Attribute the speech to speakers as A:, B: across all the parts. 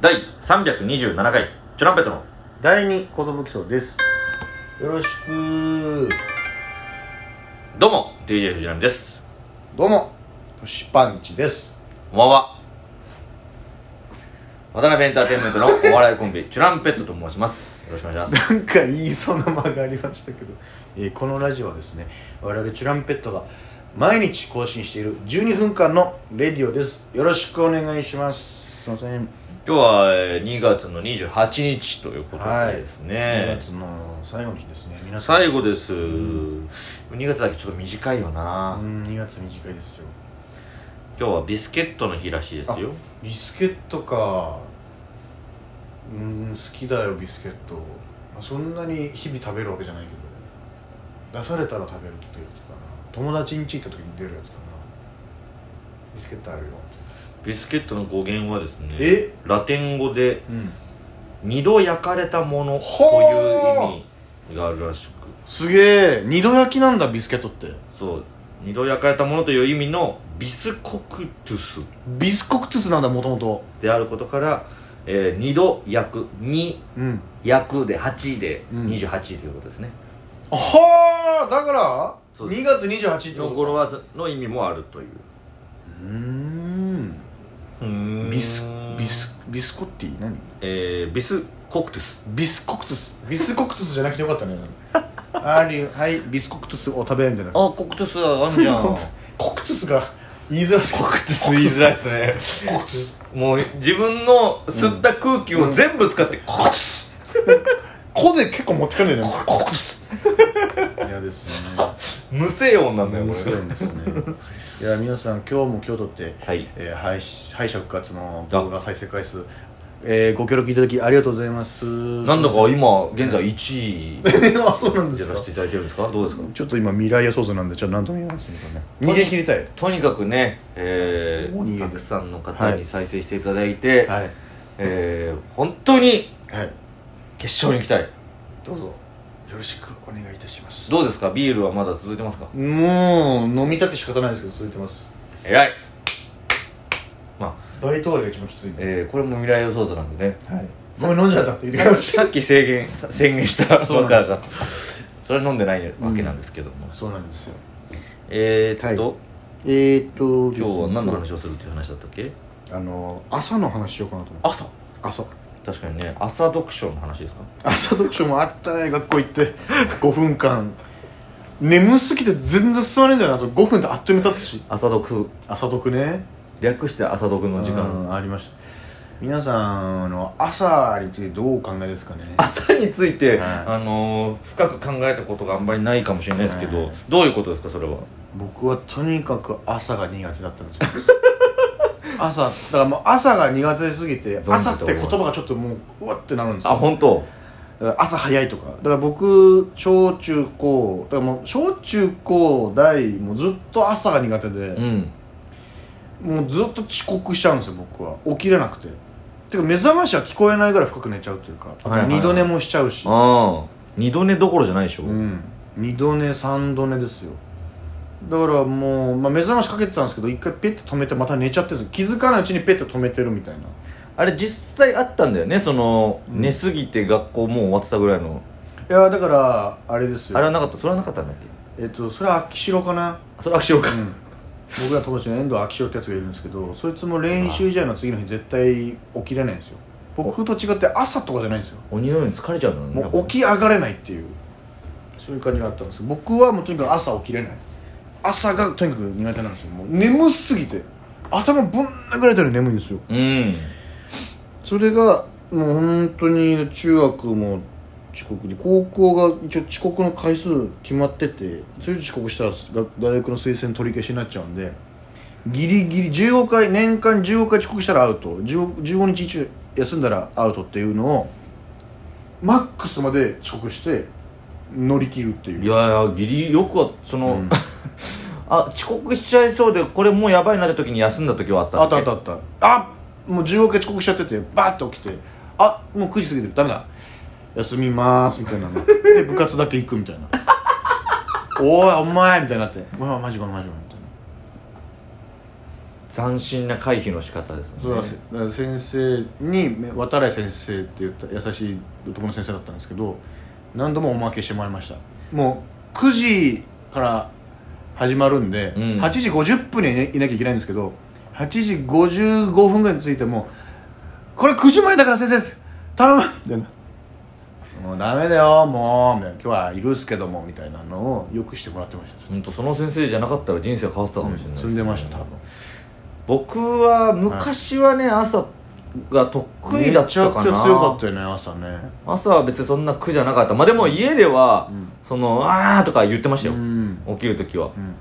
A: 第327回チュランペットの
B: 第二子供基礎です。
C: よろしく
A: どうも DJ 藤波です
C: どうもトシパンチです
A: こんばんは渡辺エンターテインメントのお笑いコンビチュランペットと申しますよろしくお願いします
C: なんか言いそうな間がありましたけど、えーこのラジオはですね我々チュランペットが毎日更新している12分間のレディオですよろしくお願いしますすいません、
A: 今日はえー2月の28日ということ
C: は
A: で
C: い
A: です
C: 2
A: ね、
C: 月の最後の日ですね皆さん
A: 最後です、2月だけちょっと短いよな、
C: うん2月短いですよ
A: 今日はビスケットの日らしいですよ
C: ビスケットかうん好きだよビスケット、まあ、そんなに日々食べるわけじゃないけど出されたら食べるっていうやつかな友達ん家行った時に出るやつかなビスケットあるよ
A: ビスケットの語源はですね
C: え
A: ラテン語で
C: うん
A: 二度焼かれたものと
C: ほー
A: いう意味があるらしく
C: すげえ二度焼きなんだビスケットって
A: そう二度焼かれたものという意味のビスコクトゥス
C: ビスコクトゥスなんだもともと
A: であることから、えー二度焼く二
C: うん
A: 焼くで8で
C: うん
A: 28ということですね、
C: はあだから
A: そうです
C: 2月28日って
A: の
C: こ
A: 語
C: と
A: 呂
C: か
A: はの意味もあるという
C: うーんビスビスビスコッティ何
A: えービスコクトゥス
C: ビスコクトゥスビスコクトゥスじゃなくてよかったねあるよはいビスコクトゥスを食べるみたいな
A: あコクトゥスあんじゃん
C: コクトゥスが言いづらすぎるコクト
A: 言いづらいですね
C: コクトゥス
A: もう自分の吸った空気を全部使って、コクトゥス
C: コで結構持ってくるんだよねコクトゥス嫌ですね
A: 無声音なんだよ
C: 面
A: これ
C: 白いですね いや皆さん今日も今日とって、
A: はい
C: えー、敗し敗者復活の動画再生回数えー、ご協力いただきありがとうございます
A: なんだか今現在1位
C: あそうなんです
A: や
C: から
A: せていただいてるんですかどうですか
C: ちょっと今未来予想図なんでちょっと何とも言えないですねこれね逃げ切りたい
A: とにかくね、え
C: お
A: ー、
C: ー
A: たくさんの
C: は
A: 方に
C: い
A: 再生していただいて、
C: はい
A: えー、本当に
C: はい
A: 決勝に行きたい
C: どうぞよろしくお願いいたします
A: どうですかビールはまだ続いてますか
C: もう飲みたくて仕方ないですけど続いてます
A: 偉いまあ、
C: バイト終わりが一番きついんで、
A: えー、これも未来予想図なんでね
C: はい、ごめん飲んじゃったって言ってまし
A: さっき制限さ宣言したバ
C: そうなん
A: カー
C: です
A: さんそれ飲んでないわけなんですけども、
C: た そうなんですよ
A: えー、っと、
B: はえー、っと
A: 今日は何の話をするっていう話だったっけ
C: あの朝の話しようかなと思って
A: 朝
C: 朝
A: 確かにね朝読書の話ですか
C: 朝読書もあったね学校行 って5分間眠すぎて全然進まねえんだよなあと5分であっという間に経つし
A: 朝読
C: 朝読ね
A: 略して朝読の時間
C: うんありました皆さんあの朝についてどうお考えですか ね
A: 朝について、
C: はい
A: あのー深く考えたことがあんまりないかもしれないですけど、
C: はい
A: どういうことですかそれは
C: 僕はとにかく朝が苦手だったんですよ 朝だからもう朝が苦手すぎ
A: 存じてお
C: て
A: ります
C: 朝って言葉がちょっともううわってなるんです
A: あ
C: よ
A: 本当
C: だから朝早いとかだから僕小中高だからもう小中高大もうずっと朝が苦手
A: う
C: で、
A: ん
C: もうずっと遅刻しちゃうんですよ僕は起きれなくててか目覚ましは聞こえないぐらい深く寝ちゃうというか
A: いはいはい
C: 二度寝もしちゃうし、
A: ああ二度寝どころじゃないでしょ、
C: うん二度寝三度寝ですよだからもう、まあ、目覚ましかけてたんですけど一回ペッて止めてまた寝ちゃってるんですよ気づかないうちにペッて止めてるみたいな「
A: あれ実際あったんだよねその、
C: うん
A: 寝すぎて学校もう終わってたぐらいの
C: いやだからあれですよ
A: あれはなかったそれはなかったんだっけ
C: えっとそれは秋代かな、
A: それはしようか、
C: うん、僕ら友達の遠藤秋代ってやつがいるんですけどそいつも練習試合の次の日絶対起きれないんですよ僕と違って朝とかじゃないんですよ
A: 鬼のように疲れちゃうのね
C: もう起き上がれないっていうそういう感じがあったんですけど僕はもうとにかく朝起きれない朝がとにかく苦手なんですよもう眠すぎて頭ぶん殴られたように眠いんですよ
A: うん
C: それがもう本当に中学も遅刻で高校が一応遅刻の回数決まっててそれ以上遅刻したら大学の推薦取り消しになっちゃうんでギリギリ15回年間15回遅刻したらアウト15 15日一応休んだらアウトっていうのをマックスまで遅刻して乗り切るっていう
A: いやいやギリよくはその、
C: うん
A: あ遅刻しちゃいそうでこれもうやばいなって時に休んだ時はあった
C: あ
A: ん
C: った
A: だ
C: あ
A: け
C: ったあったあもう15回遅刻しちゃっててバーッて起きてあもう9時過ぎてるダメだ休みまーすみたいなので部活だけ行く みたいなおいお前みたいになってうわマジごめんマジごめんみたいな
A: 斬新な回避の仕方ですね
C: そうなんですだから先生にめ渡来先生って言った優しい男の先生だったんですけど何度もおまけしてもらいましたもう9時から始まるんで、
A: うん
C: 8時50分にはいなきゃいけないんですけど8時55分ぐらいに着いても「これ9時前だから先生頼む!」みたいな「もうダメだよもう」みたいな「今日はいるっすけども」みたいなのをよくしてもらってました
A: 本当その先生じゃなかったら人生変わってたかもしれないす
C: 積んでました多分
A: 僕は昔はね、朝が得意だったかな
C: めちゃくちゃ強かったよね朝ね
A: 朝は別にそんな苦じゃなかったまあでも家では、
C: うん
A: その「あー」とか言ってましたよ、
C: うん
A: 起きる時は
C: うん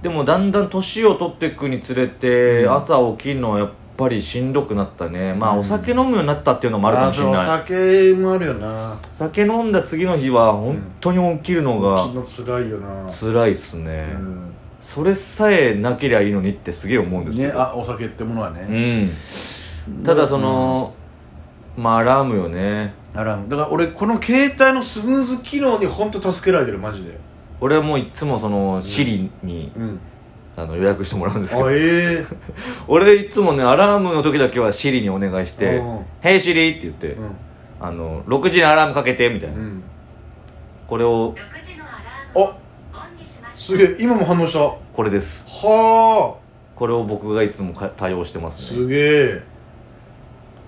A: でもだんだん年を取っていくにつれて、
C: うん
A: 朝起きるのはやっぱりしんどくなったねまあ、
C: うん
A: お酒飲むようになったっていうのもあるかもしれ
C: あ
A: な
C: ー
A: い
C: そうお酒もあるよな
A: 酒飲んだ次の日は本当に起きるのが
C: 昨日辛いよな
A: 辛いっすね、
C: うん
A: それさえなけりゃいいのにってすげえ思うんですけ
C: ね
A: ど、
C: あお酒ってものはね
A: うんただその、まあアラームよね
C: あらだから俺この携帯のスムーズ機能に本当助けられてるマジで
A: 俺はもういつもその Siri に、
C: うん
A: あの予約してもらうんですけど
C: あええ
A: 俺いつもねアラームの時だけは Siri にお願いして
C: うん
A: 「Hey Siri」って言って、
C: うん
A: あの「6時にアラームかけて」みたいな、
C: うん
A: これを
D: 6時のアラームを
C: あ
D: オンにしましょ
C: す
D: う
C: げえ今も反応したは
A: これです
C: あ
A: これを僕がいつもか対応してますね
C: すげえ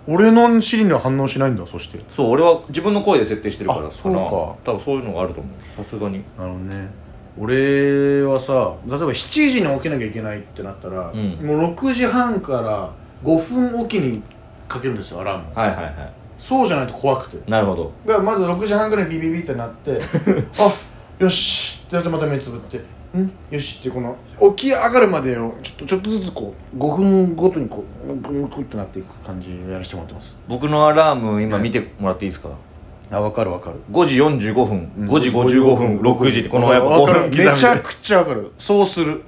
C: 俺のシリには反応しないんだそして
A: そう俺は自分の声で設定してるから
C: あそうか
A: な多分そういうのがあると思うさすがに
C: あのね俺はさ例えば7時に起きなきゃいけないってなったら、
A: うん
C: もう6時半から5分おきにかけるんですよアラームを
A: はいはいは
C: そうじゃないと怖くて
A: いなるほど
C: だからまず6時半ぐらいにビビビってなって あよしってなってまた目つぶってんよしってこの起き上がるまでをちょっとちょっとずつこう5分ごとにこうグングンってなっていく感じでやらせてもらってます
A: 僕のアラーム今見てもらっていいですか
C: あ分かる分かる
A: 5時45分5時55分6時ってこのやっぱ
C: わかる
A: 5分刻みで
C: めちゃくちゃ分かるそうす る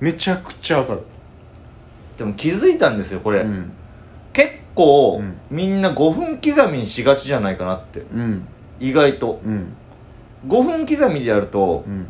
C: めちゃくちゃ分かる
A: でも気づいたんですよこれ、
C: うん
A: 結構、
C: うん
A: みんな5分刻みにしがちじゃないかなって
C: うん
A: 意外と
C: うん
A: 5分刻みでやると、
C: うん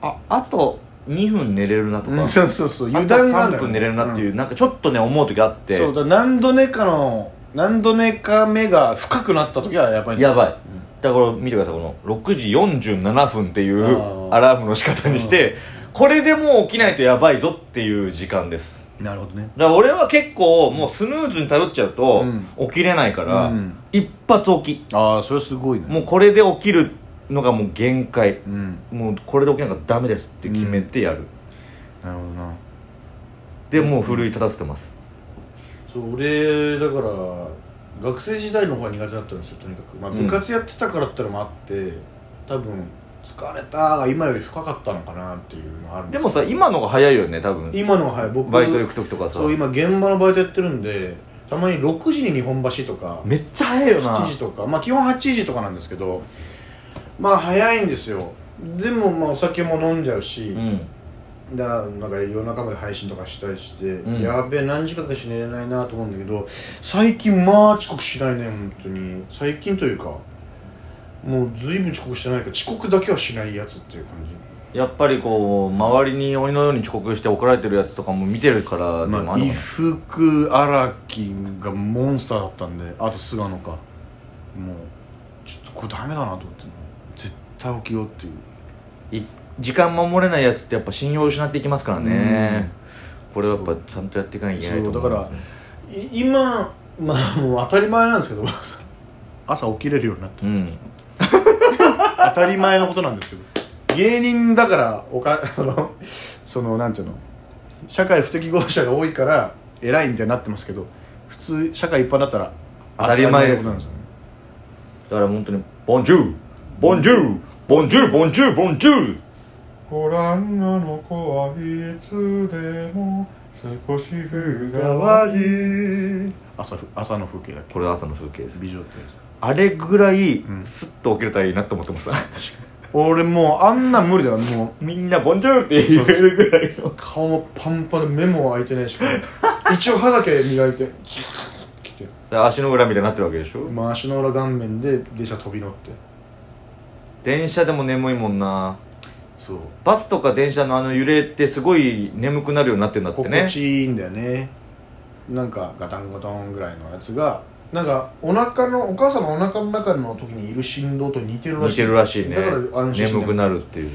A: ああと2分寝れるなとか、あと
C: そうそうそう油断がある
A: 3分寝れるなっていう、
C: ん
A: なんかちょっとね思う時あって
C: そうだ何度寝かの何度寝か目が深くなった時はやばい
A: やばい、
C: ん
A: だからこれ見てくださいこの6時47分っていう
C: あー
A: アラームの仕方にしてこれでもう起きないとやばいぞっていう時間です
C: いなるほどね
A: だから俺は結構もうスヌーズに頼っちゃうと起きれないから、
C: うん
A: 一発起
C: ああそれすごいね
A: きもうこれで起きるのがもう限界
C: うん
A: もうこれで起きなきゃダメですって決めてやる、
C: なるほどな
A: でもう奮い立たせてます
C: そう俺だから学生時代の方が苦手だったんですよとにかく、まあ、
A: うん
C: 部活やってたからってのもあって、多分疲れたが今より深かったのかなっていうのはあるん
A: ですもさ今のが早いよね多分
C: 今のははい僕
A: バイト行く時とかさ
C: そう今現場のバイトやってるんでたまに6時に日本橋とか
A: めっちゃ早いよな
C: 7時とかまあ基本8時とかなんですけどまあ早いんですよでもまあお酒も飲んじゃうし、
A: うん
C: だなんか夜中まで配信とかしたりして、
A: うん
C: やべえ何時間かし寝れないなと思うんだけど最近まあ遅刻しないね本当に最近というかもう随分遅刻してないから遅刻だけはしないやつっていう感じ
A: やっぱりこう周りに鬼のように遅刻して怒られてるやつとかも見てるからでも
C: ま
A: あ
C: あ
A: る
C: 衣
A: のか
C: 服荒木がモンスターだったんであと菅野かもうちょっとこれダメだなと思って絶対起きようっていう
A: ない時間守れないやつってやっぱ信用を失っていきますからね、これはやっぱちゃんとやっていかなきゃいけないと思
C: そうだからい今まあもう当たり前なんですけど朝起きれるようになった
A: うん
C: 当たり前のことなんですけど芸人だからおか あのそのなんていうの社会不適合者が多いから偉いみたいになってますけど普通社会一般だったら
A: 当たり前です
C: 当たり前のことな
A: だから本当
C: んですよね
A: に「ボンジューボンジューボンジューボンジューボンジュー」
E: ホランナの子はいつでも少し風が
A: いい
C: 朝ふ朝の風景だっけ
A: これは朝の風景です
C: 美女って
A: あれぐらい
C: ん
A: スッと起きれたらいいなと思ってます
C: 俺もうあんなん無理だよも
A: みんな「ボンジュー」って言えるぐらいう
C: 顔もパンパンで目も開いてないし 一応歯だけ磨いてキュッ来て
A: の足の裏みたいになってるわけでしょ
C: まあ足の裏顔面で電車飛び乗って
A: 電車でも眠いもんな
C: そう
A: バスとか電車のあの揺れってすごい眠くなるようになってんだってね
C: 心地いいんだよねなんかガタンゴトンぐらいのやつがなんかお腹のお母さんのお腹の中の時にいる振動と似てるら
A: 似
C: しい
A: てるらしいね
C: だから安心して
A: 眠くなるっていう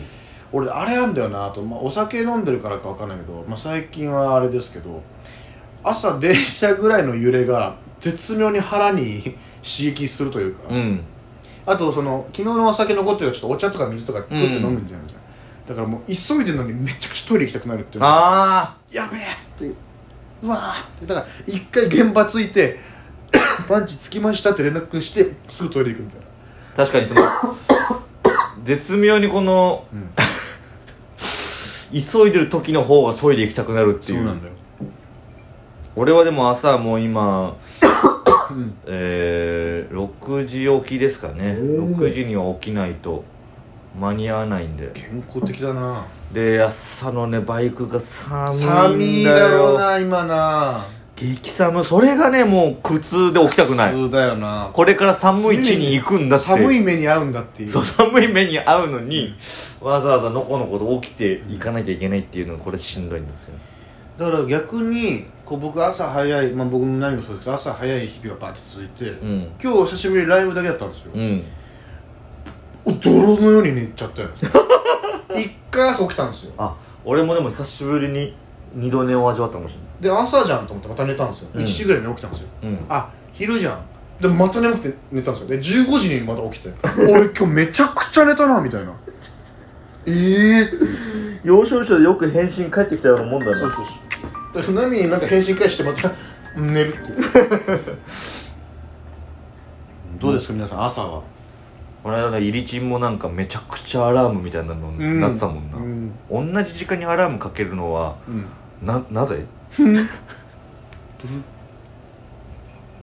C: 俺あれなんだよなと、まあ、お酒飲んでるからかわかんないけど、まあ、最近はあれですけど朝電車ぐらいの揺れが絶妙に腹に 刺激するというか、
A: うん
C: あとその昨日のお酒残ってるからちょっとお茶とか水とかグッて飲むんじゃないじゃん、だからもう急いでるのにめちゃくちゃトイレ行きたくなるっていうのが
A: あ
C: やべえってうわーってだから一回現場着いて パンチつきましたって連絡してすぐトイレ行くみたいな、
A: あ確かにその 絶妙にこの
C: うん、
A: 急いでる時の方がトイレ行きたくなるっていう
C: だよ
A: 俺はでも朝もう今、
C: ん
A: えー、6時起きですかね
C: おー
A: 6時には起きないと間に合わないんで
C: 健康的だな
A: で朝のねバイクが寒
C: 寒
A: い
C: い
A: んだよ
C: だろうな今な
A: 激寒それがねもう苦痛で起きたくない
C: そうだよな
A: これから寒い地に行くんだって
C: 寒い目に遭うんだっていう
A: そう寒い目に遭うのにわざわざのこのこと起きて行かなきゃいけないっていうのがこれしんどいんですよ
C: だから逆にこう僕朝早い、まあ、僕も何もそうですけど朝早い日々がバーッと続いて、
A: うん
C: 今日久しぶりにライブだけだったんですよ、
A: うん
C: お泥のように寝ち ゃったよ一回朝起きたんですよ
A: あ俺もでも久しぶりに二度寝を味わったかもし
C: で朝じゃんと思ってまた寝たんですよ、
A: うん
C: 1時ぐらいに起きたんですよ
A: れないうん
C: あ昼じゃんでまた眠くて寝たんですよで15時にまた起きて 俺今日めちゃくちゃ寝たなみたいなええ
A: 幼少期でよく返信返ってきたようなもんだ
C: そうそうそうで波になんか返信返してまた寝るっていう どうですか皆さん朝は
A: この間ねイリチンもなんかめちゃくちゃアラームみたいなのになってたもんな、
C: うん
A: 同じ時間にアラームかけるのは
C: うん
A: ななぜ